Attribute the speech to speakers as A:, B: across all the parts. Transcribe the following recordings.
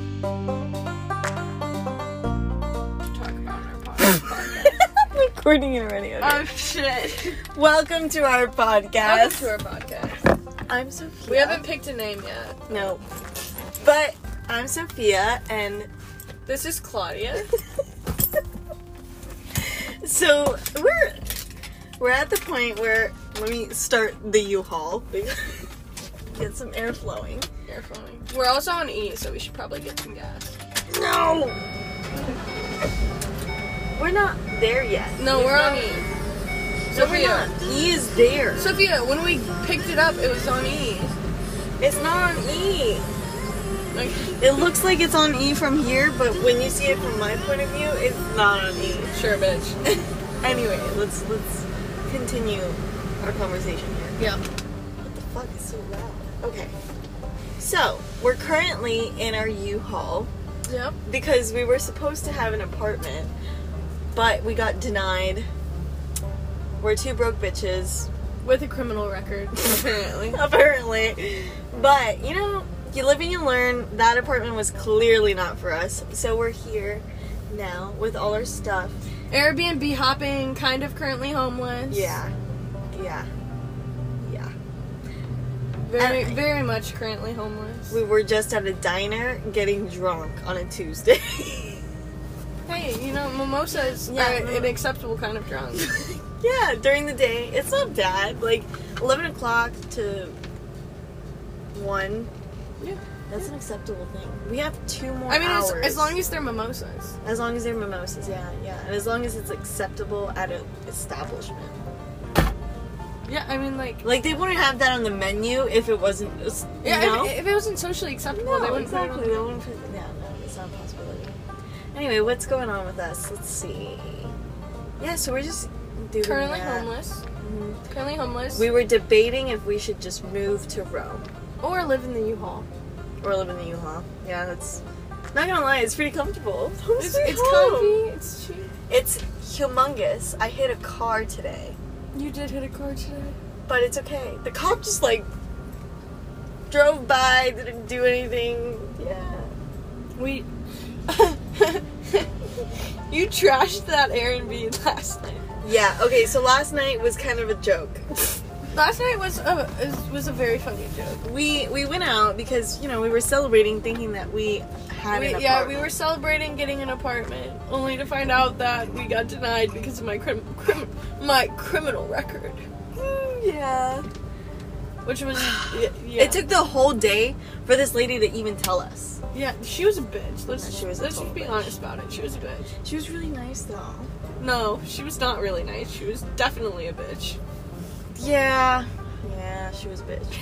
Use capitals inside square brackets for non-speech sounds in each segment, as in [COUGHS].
A: [LAUGHS] recording it already. Okay.
B: Oh shit.
A: Welcome to our
B: Welcome
A: podcast.
B: to our podcast.
A: I'm Sophia.
B: We haven't picked a name yet.
A: No. But I'm Sophia, and
B: This is [LAUGHS] Claudia.
A: so we're we're at the point where let me start the U-Haul. [LAUGHS] Get some air flowing.
B: Air flowing. We're also on E, so we should probably get some gas.
A: No. We're not there yet.
B: No, we're on E.
A: No, we're
B: Sophia.
A: not. E is there.
B: Sophia, when we picked it up, it was on E.
A: It's not on E.
B: Like,
A: It looks like it's on E from here, but when you see it from my point of view, it's not on E.
B: sure, bitch. [LAUGHS]
A: anyway, let's let's continue our conversation here.
B: Yeah.
A: What the fuck is so loud? Okay. So we're currently in our U-Haul
B: Yep.
A: because we were supposed to have an apartment, but we got denied. We're two broke bitches, [LAUGHS]
B: With a criminal record, [LAUGHS] apparently.
A: apparently. But you know, you live and you learn. That apartment was clearly not for us, so we're here now with all our stuff.
B: Airbnb hopping, kind of currently homeless.
A: Yeah, yeah, yeah.
B: Very,
A: And-
B: very much currently homeless.
A: We were just at a diner getting drunk on a Tuesday. [LAUGHS]
B: Hey, you know, mimosas
A: Yeah,
B: are
A: mimo-
B: an acceptable kind of [LAUGHS] drunk.
A: yeah, during the day. It's not bad. Like 11 o'clock to 1.
B: Yeah.
A: That's an acceptable thing. We have two more
B: I mean, as,
A: hours.
B: as long as they're mimosas.
A: as long as they're mimosas, yeah, yeah, and as long as it's acceptable at an establishment.
B: Yeah, I mean, like,
A: Like they wouldn't have that on the menu if it wasn't. s- you
B: yeah,
A: know?
B: if, if it wasn't socially acceptable, they
A: no,
B: wouldn't put it on
A: exactly.
B: the
A: They
B: menu.
A: wouldn't put. Yeah, no, it's not a possibility. Anyway, what's going on with us? Let's see. Yeah, so we're just doing
B: Currently
A: that.
B: homeless.
A: Mhm.
B: Currently homeless.
A: We were debating if we should just move to Rome
B: or live in the U-Haul.
A: or live in the U-Haul. Yeah, that's not gonna lie, it's pretty comfortable. [LAUGHS] It's,
B: It's,
A: sweet
B: it's
A: home.
B: comfy. It's cheap.
A: It's humongous. I hit a car today,
B: You did hit a car today.
A: but it's okay. The cop just like drove by, didn't do anything. Yeah.
B: We. [LAUGHS] you trashed that Airbnb last night.
A: Yeah. Okay. So last night was kind of a joke.
B: Last night was a is- was a very funny joke.
A: We we went out because you know we were celebrating, thinking that we had
B: We,
A: an
B: yeah, we
A: apartment.
B: were celebrating getting an apartment, only to find out that we got denied because of my crim, crim my criminal record,
A: Mm, yeah.
B: which [SIGHS] was y- yeah.
A: It took the whole day for this lady to even tell us.
B: yeah. She was a bitch. Let's
A: She was a
B: let's
A: total
B: just be
A: bitch.
B: honest about it. She was a bitch.
A: She was really nice though.
B: No, she was not really nice. She was definitely a bitch. [LAUGHS]
A: Yeah. Yeah, she was a bitch.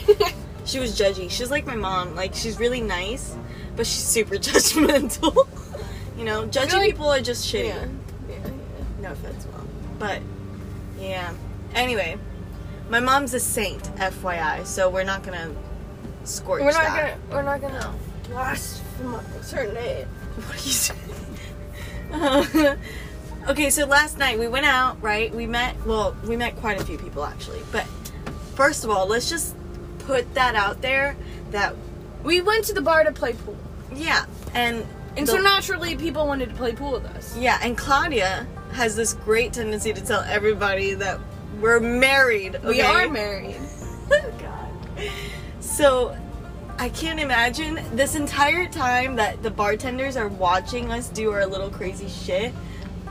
A: She was judgy. She's like my mom. Like she's really nice, but she's super [LAUGHS] judgmental. [LAUGHS] you know, judgy
B: like-
A: people are just shitty.
B: yeah. yeah.
A: No offense, mom. But yeah. Anyway, my mom's a saint, FYI. So we're not gonna scorch
B: We're not
A: that.
B: gonna. We're not gonna blaspheme her name.
A: What are you saying? [LAUGHS] okay, so last night we went out, right? We met, well, we met quite a few people actually. But first of all, let's just put that out there that,
B: We went to the bar to play pool,
A: yeah. And,
B: and
A: the-
B: so naturally people wanted to play pool with us.
A: yeah, and Claudia has this great tendency to tell everybody that we're married.
B: We
A: okay?
B: are married.
A: Oh, God. So I can't imagine this entire time that the bartenders are watching us do our little crazy shit.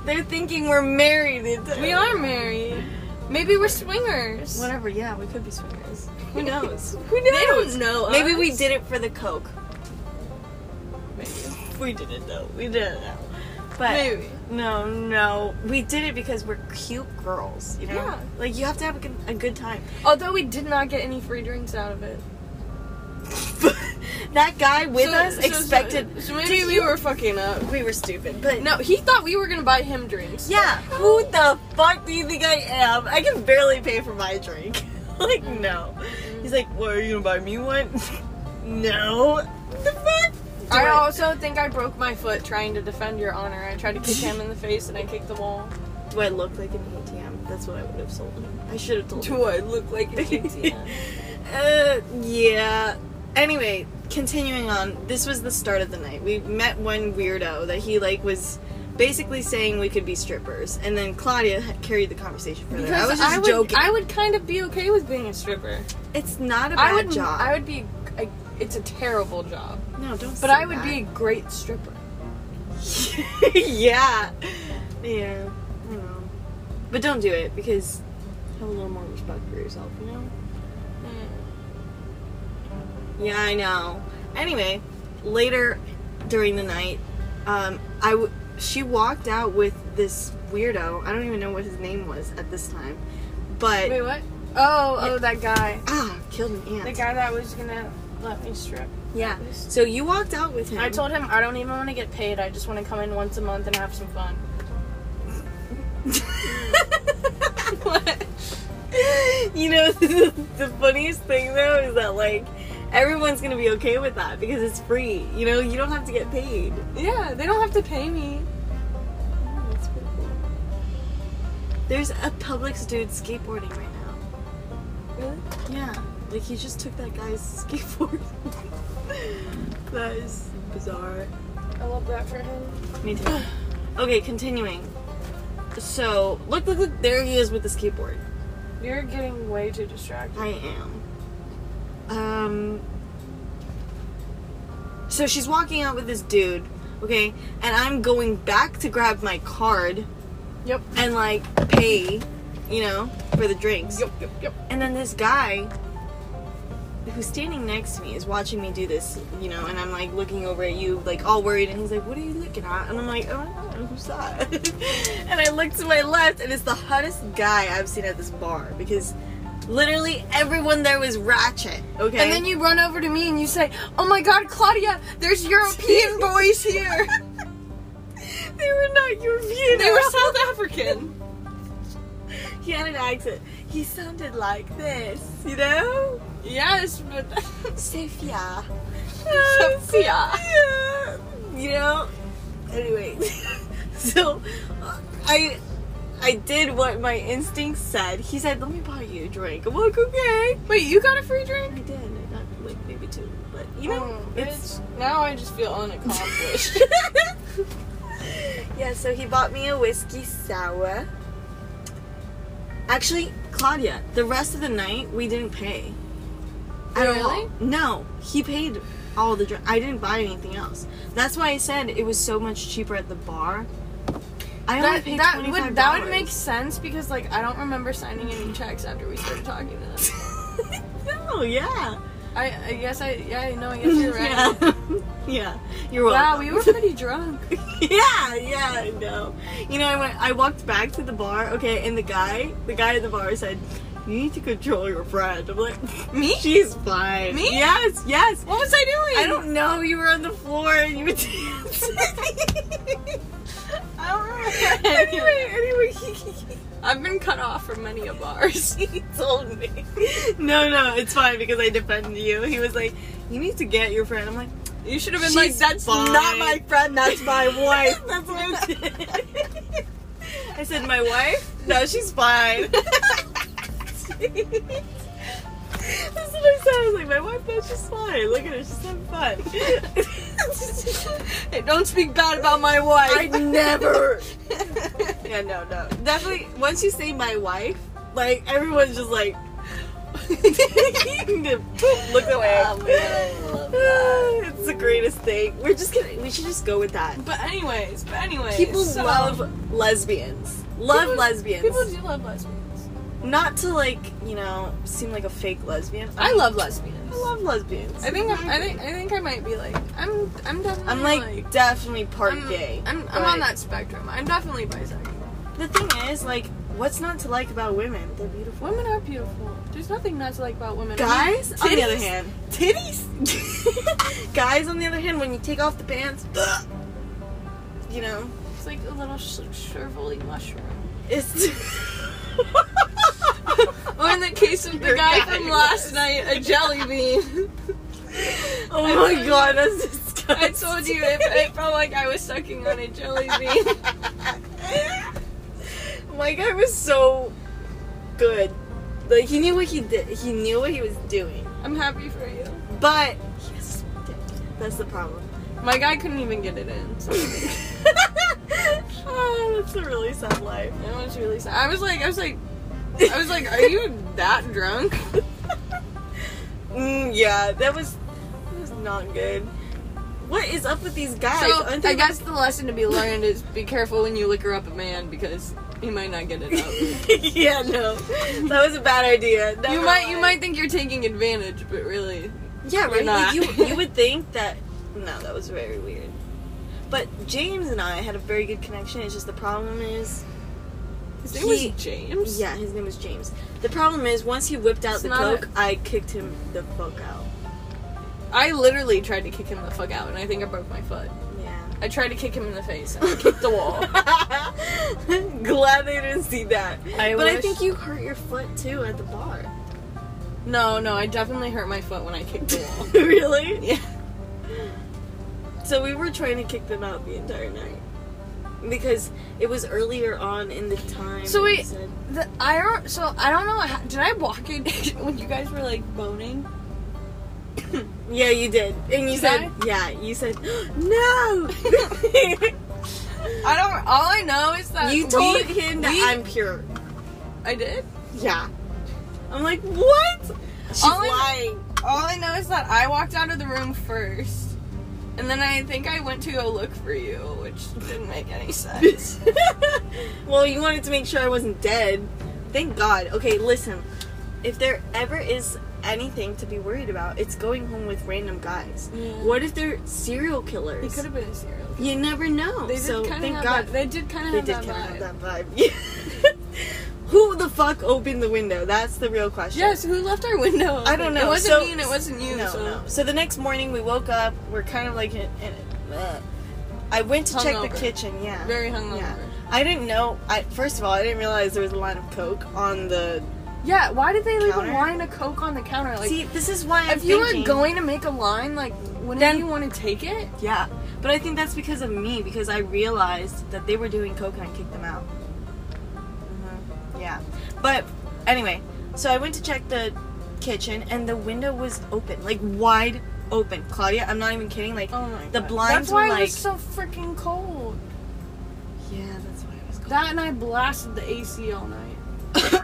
A: They're thinking we're married. It's-
B: We are married. Maybe we're swingers.
A: Whatever. Yeah, we could be swingers.
B: [LAUGHS]
A: Who knows?
B: Who knows? They don't know.
A: Maybe
B: us.
A: we did it for the coke.
B: Maybe.
A: We didn't know. We didn't know. But
B: Maybe.
A: no, no, we did it because we're cute girls. You know,
B: Yeah.
A: like you have to have a good, a good time. [LAUGHS]
B: Although we did not get any free drinks out of it.
A: that guy with
B: So-
A: us
B: so- so-
A: expected.
B: So, maybe
A: Did
B: we
A: you-
B: were fucking up.
A: we were stupid, but
B: No, he thought we were gonna buy him drinks.
A: Yeah, who the fuck do you think I am? I can barely pay for my drink. [LAUGHS] like, no. He's like, what, are you gonna buy me one? [LAUGHS] no. The fuck?
B: I
A: Do it.
B: also think I broke my foot trying to defend your honor. I tried to kick him in the face and I kicked the
A: [LAUGHS]
B: wall.
A: Do I look like an ATM? That's what I would have sold him. I should have told him.
B: I look like [LAUGHS] an
A: [LAUGHS] Uh, yeah. Anyway, continuing on, this was the start of the night. We met one weirdo that he, like, was basically saying we could be strippers, and then Claudia had carried the conversation further. I
B: Because
A: was just
B: I would,
A: joking.
B: I would kind of be okay with being a stripper.
A: it's not a bad
B: I would,
A: job.
B: I would be. I, it's a terrible job,
A: no, don't.
B: but I would be a great stripper.
A: be. [LAUGHS] yeah, yeah. I know. But don't do it because have a little more respect for yourself, you know. Mm. Yeah, I know. Anyway, later during the night, um, I w- she walked out with this weirdo. I don't even know what his name was at this time, but
B: Wait, what? Oh,
A: Yeah.
B: oh, that guy,
A: ah, killed an
B: the
A: ant.
B: guy that was gonna let me strip.
A: Yeah. So you walked out with him.
B: I
A: [LAUGHS]
B: told him I don't even want to get paid. I just want to come in once a month and have some
A: [LAUGHS]
B: fun. [LAUGHS]
A: what? [LAUGHS] You know, the funniest thing though is that like everyone's gonna be okay with that because it's free. You know, you don't have to get paid.
B: Yeah, they don't have to pay me.
A: That's pretty cool. There's a Publix dude skateboarding right now.
B: Really?
A: Yeah. Like he just took that guy's [LAUGHS] skateboard. that is bizarre.
B: I love that for him.
A: Me too. [SIGHS] Okay, continuing. So look, look, look! There he is with the skateboard.
B: You're getting way too distracted.
A: I am. Um. So she's walking out with this dude, okay, and I'm going back to grab my card
B: Yep.
A: and like pay, you know, for the drinks.
B: Yep. Yep. Yep.
A: And then this guy who's standing next to me is watching me do this, you know, and I'm like looking over at you, like all worried, and he's like, What are you looking at? And I'm like, Oh, I don't know, who's that? [LAUGHS] and I look to my left, and it's the hottest guy I've seen at this bar because literally everyone there was ratchet, okay?
B: And then
A: [LAUGHS]
B: you run over to me and you say, "Oh my God, Claudia, there's [LAUGHS] European boys here.
A: they were not European.
B: They were South African."
A: he had an accent. He sounded like this, you know?
B: Yes, but [LAUGHS]
A: Sophia.
B: Ah, Sophia.
A: Yeah. You know. Anyway, [LAUGHS] so uh, I I did what my instincts said. He said, "Let me buy you a drink." I'm like, "Okay."
B: Wait, you got a free
A: I
B: drink?
A: did. and Not like maybe two, but you know,
B: Oh,
A: it's.
B: bitch. now I just feel [LAUGHS] unaccomplished.
A: [LAUGHS] yeah. So he bought me a whiskey sour. Actually, Claudia, the rest of the night we didn't pay. At all.
B: Really?
A: No, he paid all the drinks. I didn't buy anything else. That's why I said it was so much cheaper at the bar. I only
B: that
A: paid
B: that
A: twenty
B: would
A: five.
B: that would make sense because like I don't remember signing any checks after we started talking to them.
A: [LAUGHS] no, yeah.
B: I, I guess I [LAUGHS] yeah no I guess you're right.
A: [LAUGHS] Yeah. yeah. You're
B: Wow,
A: welcome.
B: we were pretty drunk.
A: [LAUGHS] yeah, yeah, I know. You know, I went. I walked back to the bar. Okay, and the guy, the guy at the bar said, "You need to control your friend." I'm like, [LAUGHS]
B: Me?
A: She's fine.
B: Me?
A: Yes,
B: [LAUGHS]
A: yes.
B: What was I doing?
A: I don't know. You were on the floor and you
B: [LAUGHS]
A: were [LAUGHS] dancing.
B: I don't [LAUGHS] remember.
A: anyway, anyway, [LAUGHS] he,
B: I've been cut off from many a [LAUGHS] bars.
A: he told me. No, no, it's fine because I defended you. He was like, "You need to get your friend." I'm like,
B: You should have been like,
A: She's
B: that's
A: fine.
B: not my friend, that's [LAUGHS] my wife.
A: [LAUGHS] That's what I did. [LAUGHS] I said, my wife? No, she's [LAUGHS] fine. That's what I said. I was like, my wife, no, she's fine. Look at her, she's having [LAUGHS] fun.
B: hey, don't speak bad about my wife.
A: I
B: [LAUGHS]
A: never. yeah, no, no. Definitely, once you say my wife, like, everyone's just like, [LAUGHS] look away.
B: Oh, man, I love
A: [SIGHS] it's the greatest thing. We're just gonna, we should just go with that.
B: but anyways, but anyways.
A: People
B: so-
A: love lesbians. Love
B: People-
A: lesbians.
B: People do love lesbians.
A: Not to like, you know, seem like a fake lesbian.
B: I love lesbians.
A: I love lesbians.
B: I think I'm, I think I think I might be like I'm I'm definitely
A: I'm like, definitely part
B: I'm,
A: gay.
B: I'm, I'm
A: but-
B: on that spectrum. I'm definitely bisexual.
A: The thing is, like, what's not to like about women? They're beautiful.
B: Women are beautiful. There's nothing not to like about women. I mean,
A: Guys, on the other
B: titties-
A: hand,
B: titties.
A: [LAUGHS] guys, on the other hand, when you take off the pants, [GASPS] you know,
B: It's like a little sh- shrivelly mushroom.
A: it's. [LAUGHS]
B: Or in the case of the
A: Your
B: guy,
A: guy
B: from
A: was-
B: last night, a jelly [LAUGHS] bean.
A: oh my god, that's
B: I
A: disgusting.
B: told you it, it felt like I was sucking on a jelly
A: [LAUGHS]
B: bean.
A: my guy was so good. Like he knew what he did. He knew what he was doing.
B: [LAUGHS] I'm happy for you.
A: But yes, that's the problem. [LAUGHS]
B: My guy couldn't even get it in. So.
A: Ah, That's a really sad life.
B: It was really sad. I was like, I was like, I was like, are you that [LAUGHS] drunk?
A: [LAUGHS] Mm, yeah, that was that was not good. What is up with these guys?
B: So
A: Aren't
B: I
A: they
B: guess the lesson to be learned is be careful when you liquor up a man because he might not get it [LAUGHS] up.
A: [LAUGHS] yeah, no, that was a bad idea.
B: you
A: Never
B: might you
A: mind.
B: might think you're taking advantage, but really,
A: Yeah,
B: You're
A: right. Like
B: not.
A: you you would think that no, that was very weird. But James and I had a very good connection. It's just the problem is
B: his
A: He-
B: name was James.
A: yeah, his name was James. The problem is once he whipped out
B: It's
A: the
B: not a-
A: coke, I kicked him the fuck out.
B: I literally tried to kick him the fuck out, and I think I broke my foot.
A: Yeah.
B: I tried to kick him in the face, and I kicked the [LAUGHS] wall.
A: [LAUGHS] Glad they didn't see that.
B: I
A: but I
B: wish-
A: think you hurt your foot too at the bar.
B: No, no, I definitely hurt my foot when I kicked the wall.
A: [LAUGHS] really?
B: yeah.
A: So we were trying to kick them out the entire night because it was earlier on in the time.
B: So
A: we
B: wait-
A: said-
B: The, I don't. So I don't know. How, did I walk in [LAUGHS] when you guys were like boning?
A: Yeah, you did. And
B: Did
A: you said, yeah, you said, [GASPS]
B: [LAUGHS]
A: no.
B: I don't. All I know is that
A: you told
B: [LAUGHS] we-
A: him that
B: we-
A: I'm pure.
B: I did.
A: Yeah. I'm like, what? She's
B: All I-
A: lying.
B: All I know is that I walked out of the room first, and then I think I went to go look for you, which didn't make any [LAUGHS] sense.
A: [LAUGHS] well, you wanted to make sure I wasn't dead. Thank God. Okay, listen. If there ever is anything to be worried about, it's going home with random guys.
B: Yeah.
A: What if they're serial
B: He
A: killers?
B: could have been a serial. killer.
A: you never know.
B: They did
A: so
B: kind of
A: thank
B: have
A: God
B: That, they did kind of
A: They
B: have
A: did
B: that
A: kind
B: vibe.
A: of have that vibe. [LAUGHS] Yeah. Who the fuck opened the window? That's the real question.
B: Yes, who left our window?
A: I don't
B: It
A: know.
B: wasn't
A: So-
B: me, and it wasn't you.
A: No,
B: so.
A: no. So the next morning we woke up. We're kind of like in. in uh, I went to check the
B: Hungover.
A: kitchen. Yeah.
B: Very hungover.
A: Yeah.
B: Yeah.
A: I didn't know. I first of all, I didn't realize there was a line of coke on the.
B: why did they leave
A: Counter?
B: a line of Coke on the counter? Like,
A: See, this is why I'm
B: if you were
A: thinking-
B: going to make a line, like, wouldn't
A: Then-
B: you want to take it?
A: Yeah, but I think that's because of me because I realized that they were doing coke and I kicked them out.
B: Mm-hmm.
A: hmm Yeah, but anyway, so I went to check the kitchen and the window was open, like wide open. Claudia, I'm not even kidding. Like,
B: Oh my
A: The
B: God.
A: blinds
B: That's why
A: were,
B: it was so
A: like-
B: freaking cold.
A: yeah, that's why I was. Cold.
B: That and I blasted the AC all night.
A: [COUGHS]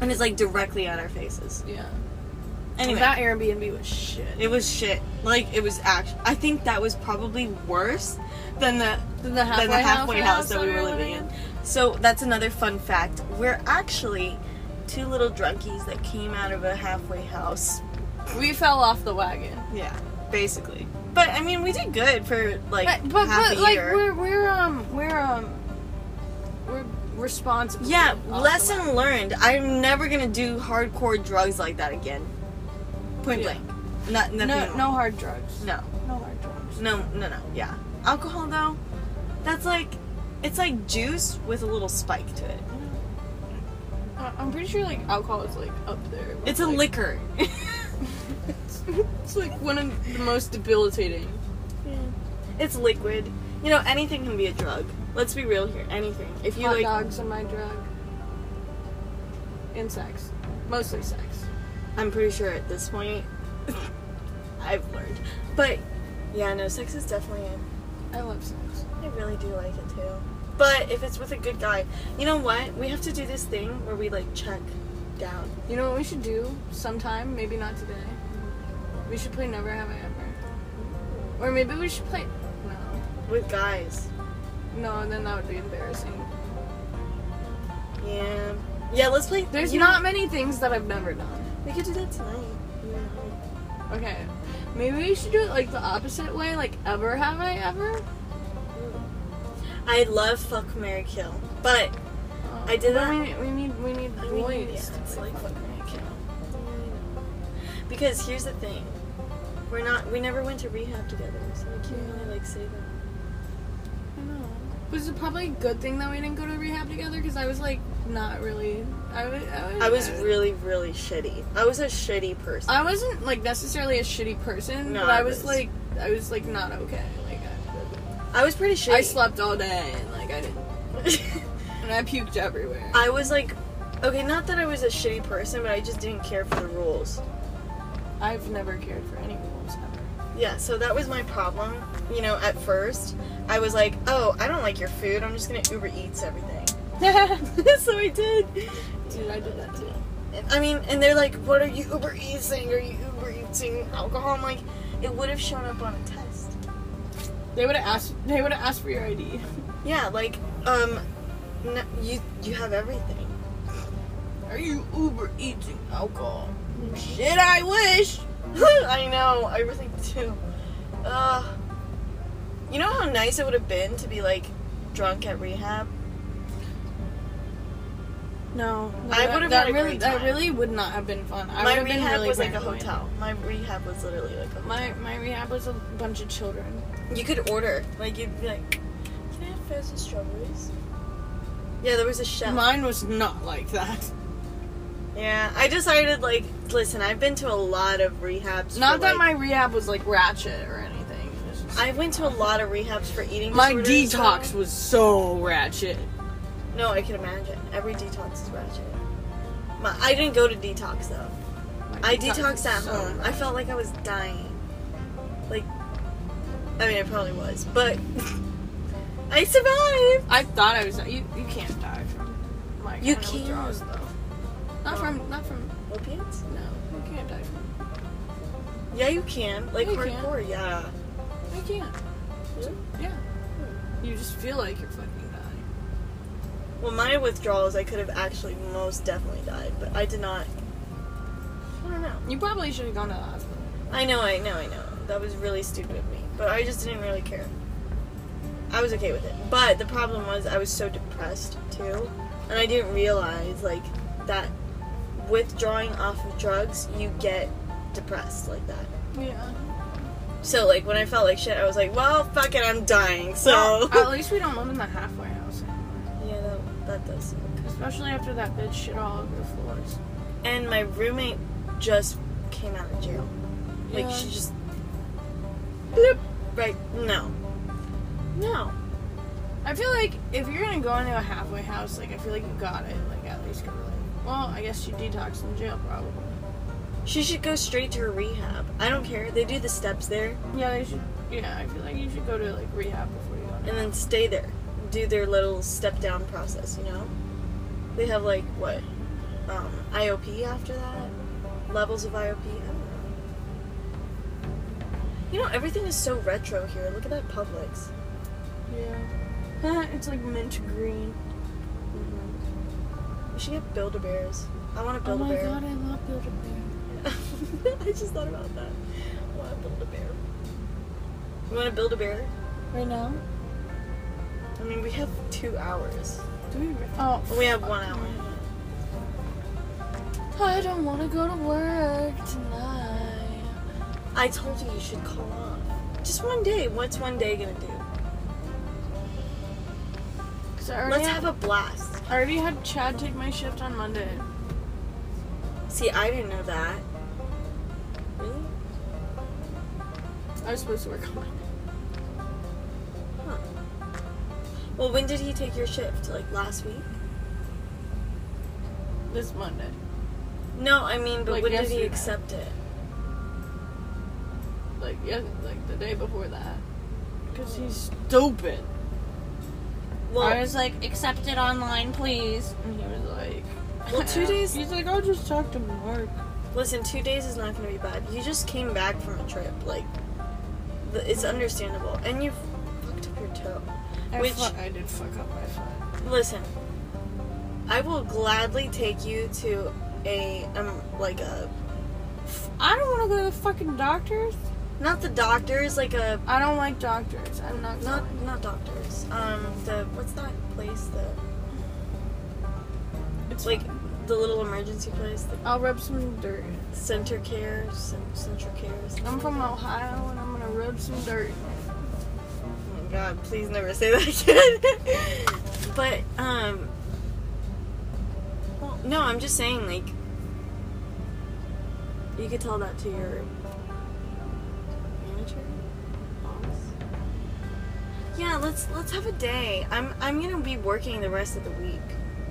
A: and it's like directly at our faces.
B: Yeah.
A: Anyway,
B: that Airbnb was shit.
A: it was shit. Like it was act. I think that was probably worse than the
B: Than the halfway,
A: than the halfway house, that we
B: we
A: were living in. So that's another fun fact. We're actually two little drunkies that came out of a halfway house.
B: We fell off the wagon.
A: Yeah, basically. But I mean, we did good for like
B: But but,
A: half
B: but
A: a
B: like
A: year.
B: we're we're um we're um we're responsible.
A: yeah,
B: off the wagon.
A: lesson learned. I'm never gonna do hardcore drugs like that again. Point
B: Yeah.
A: blank. Not nothing.
B: No
A: at
B: no
A: all.
B: hard drugs.
A: no,
B: No hard drugs.
A: no, no, no. Yeah, alcohol though. That's like, it's like juice with a little spike to it.
B: I- I'm pretty sure like alcohol is like up there. with,
A: It's a
B: like-
A: liquor. [LAUGHS]
B: It's, it's like one of the most debilitating.
A: It's liquid. You know, anything can be a drug. Let's be real here. Anything. If you
B: Hot
A: like,
B: dogs are my drug. And sex, mostly sex.
A: I'm pretty sure at this point, [LAUGHS] I've learned. But yeah, no, sex is definitely. A,
B: I love sex.
A: I really do like it too. But if it's with a good guy, you know what? We have to do this thing where we like check down.
B: You know what we should do sometime? Maybe not today. We should play Never Have I Ever. Or maybe we should play. No.
A: With guys.
B: No, then that would be embarrassing.
A: Yeah. Yeah, let's play.
B: There's
A: you know,
B: not many things that I've never done.
A: We could do that tonight. Yeah.
B: Okay. Maybe we should do it like the opposite way, like ever have I ever?
A: I love fuck Mary Kill. But
B: Oh,
A: I did
B: but
A: that-
B: We need, we need, we need
A: I mean,
B: boys.
A: yeah, it's
B: to
A: like
B: fuck Mary Kill.
A: Because here's the thing, we're not. We never went to rehab together, so we can't really like say that.
B: I know. It was probably a good thing that we didn't go to rehab together because I was like not really. I was. I was,
A: I was really, really shitty. I was a shitty person.
B: I wasn't like necessarily a shitty person,
A: No,
B: but
A: I
B: I was,
A: was.
B: like I was like not okay. Like I,
A: I was pretty shitty.
B: I slept all day and like I didn't and I puked everywhere.
A: [LAUGHS] I was like, okay, not that I was a shitty person, but I just didn't care for the rules.
B: I've never cared for any rules ever.
A: Yeah, so that was my problem. You know, at first, I was like, oh, I don't like your food. I'm just going to Uber Eats everything. [LAUGHS] so I did.
B: Dude, I did that too.
A: And, I mean, and they're like, what are you Uber Eatsing? Are you Uber Eatsing alcohol? I'm like, it would have shown up on a test.
B: They would have asked. They would have asked for your
A: [LAUGHS]
B: ID.
A: Yeah, like, um, no, you, you have everything. [LAUGHS]
B: Are you Uber eating alcohol? Shit, I wish.
A: I know, I really do. Uh, you know how nice it would have been to be like drunk at rehab?
B: No,
A: I
B: that-
A: would've
B: that
A: had a
B: really,
A: great
B: that
A: time.
B: really would not have been fun. I
A: My
B: would've been
A: rehab
B: really
A: was like a
B: paranoid.
A: hotel. My rehab was literally like a hotel.
B: My my rehab was a bunch of children.
A: You could order. Like you'd be like, "Can I have frozen strawberries?" Yeah, there was a chef.
B: Mine was not like that.
A: yeah, I decided like, listen, I've been to a lot of rehabs. for,
B: Not that
A: like-
B: my rehab was like ratchet or anything. It was just-
A: I went to a lot of rehabs for eating.
B: my
A: disorders,
B: detox
A: so-
B: was so ratchet.
A: No, I can imagine. Every detox is ratchet. My, I didn't go to detox though.
B: My
A: I
B: detox was
A: detoxed at
B: so
A: home. I felt like I was dying. Like, I mean, I probably was, but [LAUGHS] I survived.
B: I thought I was. You you can't die from my
A: You
B: kind of
A: can.
B: withdrawals, though. Not from not from
A: Opiates?
B: no. You can't die from.
A: Yeah, you can. Like
B: Yeah, you can.
A: hardcore. Yeah.
B: You can't. Yeah. You just feel like you're fucking dying.
A: Well, my withdrawals, I could have actually most definitely died, but I did not. I don't know.
B: You probably should have gone to the hospital.
A: I know, I know, I know. That was really stupid of me, but I just didn't really care. I was okay with it, but the problem was I was so depressed too, and I didn't realize like that withdrawing off of drugs, you get depressed like that.
B: Yeah.
A: So like when I felt like shit, I was like, well, fuck it, I'm dying. So [LAUGHS]
B: Well, at least we don't live in the halfway house anymore.
A: yeah, that, that does.
B: Especially after that bitch shit all over the floors.
A: And my roommate just came out of jail. Like
B: Yeah.
A: she just bloop right no. No.
B: I feel like if you're gonna go into a halfway house, like I feel like you got it. Like at least go to like. Well, I guess you detoxed in jail probably.
A: She should go straight to her rehab. I don't care. They do the steps there
B: Yeah, they should. Yeah, I feel like you should go to like rehab before you go.
A: and then stay there. Do their little step down process, you know? They have like what? Um, IOP after that? Levels of IOP? I don't know. You know, everything is so retro here. Look at that Publix.
B: Yeah. it's like mint green.
A: We Mm-hmm. should get Build-A-Bears. I want a
B: Oh my
A: Build-A-Bear.
B: god, I love Build a Bear.
A: [LAUGHS] I just thought about that. I want to build a bear. You want to build a bear?
B: Right now?
A: I mean, we have two hours.
B: Do we? Re- oh,
A: We have one hour.
B: I don't want to go to work tonight.
A: I told you you should call off. Just one day. What's one day gonna do?
B: Cause I already
A: Let's
B: had,
A: have a blast.
B: I already had Chad take my shift on Monday.
A: See, I didn't know that. Really?
B: I was supposed to work on [LAUGHS] Monday.
A: Well, when did he take your shift? Like last week?
B: This Monday.
A: No, I mean, but
B: Like
A: when did
B: yesterday.
A: he accept it?
B: Like yeah, like the day before that. Um, Cause he's stupid.
A: Well,
B: I was like, accept it online, please. And he was like,
A: Well,
B: [LAUGHS]
A: two days-
B: He's like, I'll just talk to Mark.
A: listen, two days is not gonna be bad. You just came back from a trip. Like, th- it's understandable. And you fucked up your toe.
B: I
A: Which-
B: fu- I did fuck up my foot.
A: Listen, I will gladly take you to a um like a
B: I don't want to go to the fucking doctors.
A: not the doctors like a
B: I don't like doctors. I'm not.
A: not
B: going.
A: not doctors um the what's that place the
B: It's
A: like
B: fine.
A: the little emergency place the
B: I'll rub some dirt.
A: center care some central care. or something.
B: I'm from Ohio and I'm gonna rub some dirt.
A: Oh my god! Please never say that [LAUGHS] again. but um, well, no, I'm just saying like you could tell that to your manager, boss. Yeah, let's let's have a day. I'm I'm gonna be working the rest of the week.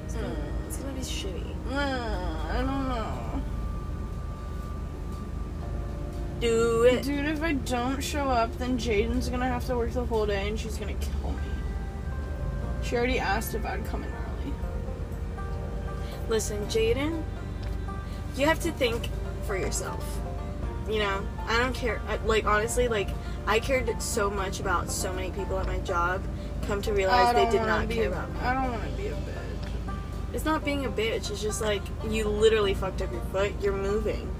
A: It's gonna,
B: Mm.
A: it's gonna be shitty.
B: Mm, I don't know.
A: Do it.
B: Dude, if I don't show up, then Jaden's gonna have to work the whole day and she's gonna kill me. She already asked if I'd come in early.
A: Listen, Jaden, you have to think for yourself. You know, I don't care. I- Like, honestly, like, I cared so much about so many people at my job, come to
B: I
A: realize
B: don't
A: they did
B: wanna
A: not
B: be
A: care
B: a-
A: about me.
B: I don't wanna be a bitch.
A: It's not being a bitch, it's just like, you literally fucked up your foot, you're moving.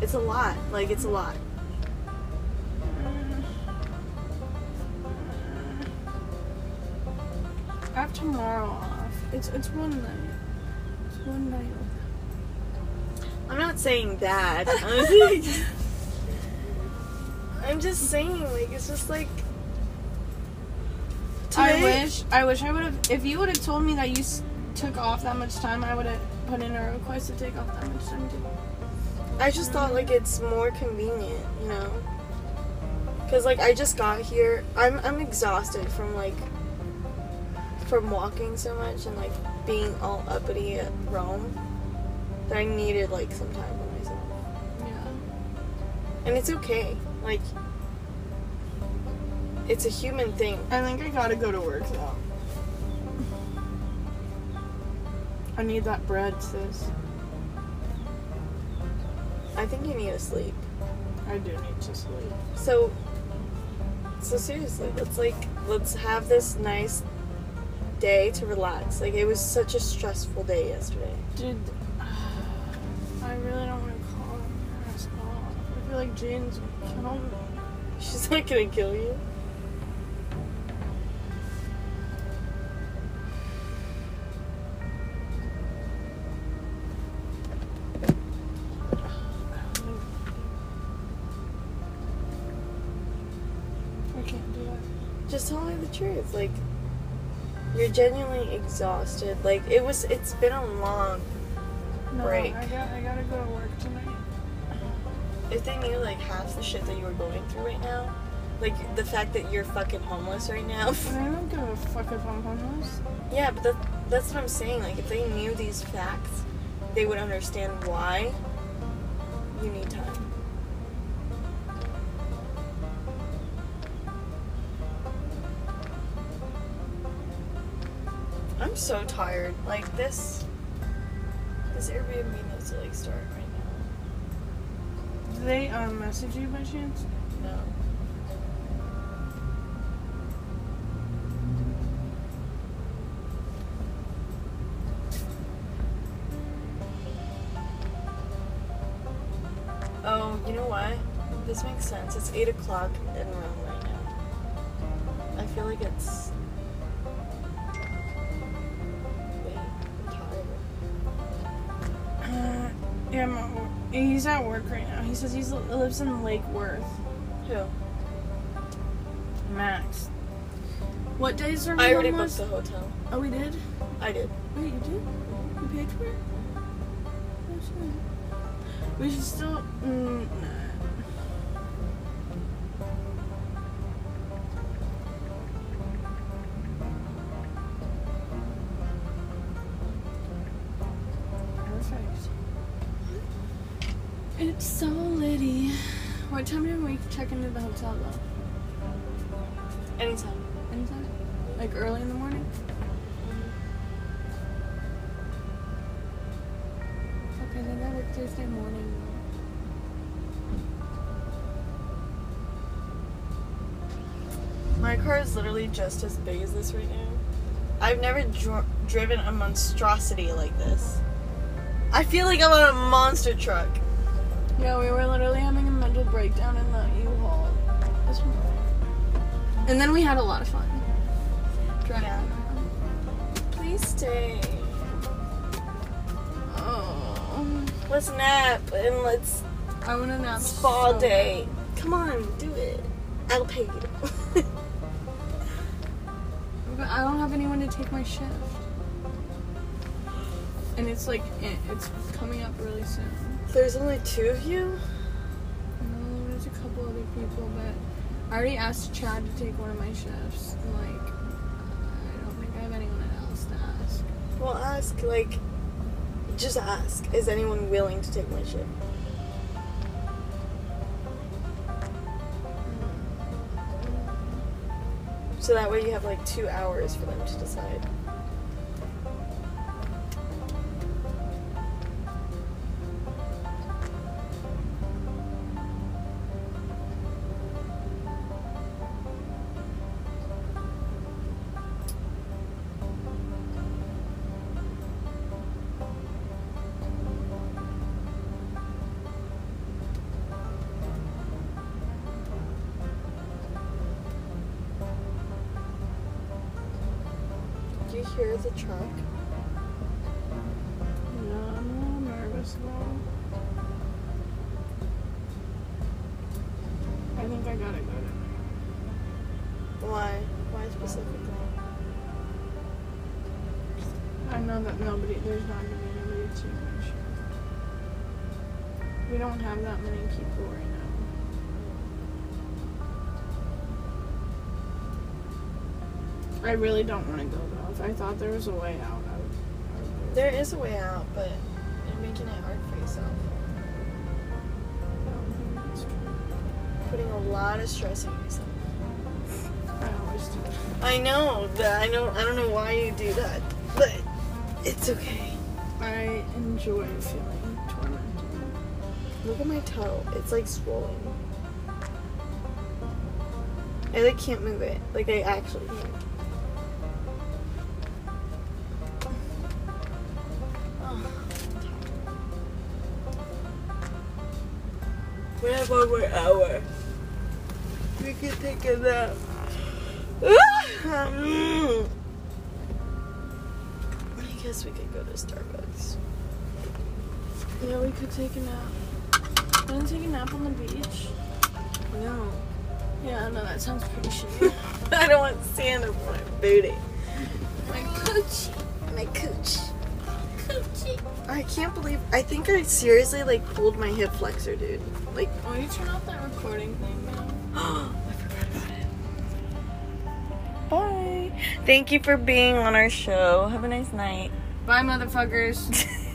A: It's a lot. Like, it's a lot.
B: I have tomorrow off. It's it's one night. It's one [LAUGHS] night.
A: I'm not saying
B: [LAUGHS]
A: that. I'm just, I'm just saying, like, it's just like.
B: I
A: Today-
B: wish I wish I would have. If you would have told me that you s- took off that much time, I would have put in a request to take off that much time. Too.
A: I just thought like it's more convenient, you know. Cause like I just got here, I'm I'm exhausted from like from walking so much and like being all uppity at Rome that I needed like some time for myself,
B: Yeah.
A: and it's okay. Like it's a human thing.
B: I think I gotta go to work though. I need that bread, sis.
A: I think you need to sleep.
B: I do need to sleep.
A: So so seriously, let's like let's have this nice day to relax. Like it was such a stressful day yesterday.
B: Dude, [SIGHS] I really don't want to call him and ask him off. I feel like Jaden's gonna kill me.
A: She's not gonna kill you.
B: I can't do that.
A: Just tell her the truth. Like, you're genuinely exhausted. Like, it was, it's been a long.
B: No,
A: Break.
B: I got I gotta go to work tonight.
A: If they knew, like, half the shit that you were going through right now, like, the fact that you're fucking homeless right now. [LAUGHS]
B: And I don't give a fuck if I'm homeless.
A: yeah, but that, that's what I'm saying. Like, if they knew these facts, they would understand why you need time. I'm so tired. Like this, this Airbnb needs to like start right
B: Do they um message you by chance?
A: now. No. Oh, you know what? This makes sense. It's eight o'clock in Rome right now. I feel like it's. Wait, I'm tired.
B: Uh, yeah, I'm at work. he's at work right now. He says he's lives in Lake Worth.
A: Who?
B: Max. What days are we
A: I already booked
B: homeless?
A: the hotel.
B: Oh, we did.
A: I did.
B: Wait, you did? You paid for it? Oh, shit. We should still. Mm, nah. Perfect. It's so litty. What time did we check into the hotel though?
A: Anytime.
B: Anytime? Like early in the morning? Okay, then I work Tuesday morning.
A: My car is literally just as big as this right now. I've never dr- driven a monstrosity like this. I feel like I'm on a monster truck.
B: Yeah, we were literally having a mental breakdown in the U-Haul this morning. And then we had a lot of fun. Driving.
A: Yeah. Please stay.
B: Oh.
A: Let's nap and let's
B: I want to nap.
A: spa
B: so
A: day. Come on, do it. I'll pay you. [LAUGHS]
B: bad. But I don't have anyone to take my shift. And it's like, it, it's coming up really soon.
A: There's only two of you?
B: No, there's a couple other people, but I already asked Chad to take one of my shifts. And like, I don't think I have anyone else to ask.
A: Well, ask, like, just ask. Is anyone willing to take my shit? So that way you have like two hours for them to decide. Do you hear the truck?
B: No, I'm a little nervous though. I think I gotta go to
A: Why? Why specifically?
B: I know that nobody, there's not gonna be nobody to my shift. We don't have that many people right now. I really don't want to go though. If I thought there was a way out, I would. I would go.
A: There is a way out, but you're making it hard for yourself.
B: I don't think that's true.
A: Putting a lot of stress on yourself.
B: I always do.
A: I know that I don't I don't know why you do that, but it's okay.
B: I enjoy feeling tormented.
A: Look at my toe. It's like swollen. I like can't move it. Like I actually can't. [SIGHS] We have one more hour. We can take a [SIGHS] nap. Mm. I guess we could go to Starbucks.
B: Yeah, we could take a nap. Wanna take a nap on the beach?
A: No.
B: Yeah, no, that sounds pretty [LAUGHS] shitty.
A: [LAUGHS] I don't want sand up my booty.
B: My coochie.
A: My cooch.
B: Coochie.
A: I can't believe. I think I seriously like pulled my hip flexor, dude. Like, [GASPS]
B: Oh, you turn off that recording thing now?
A: I forgot about it. Bye. Thank you for being on our show. Have a nice night.
B: Bye, motherfuckers.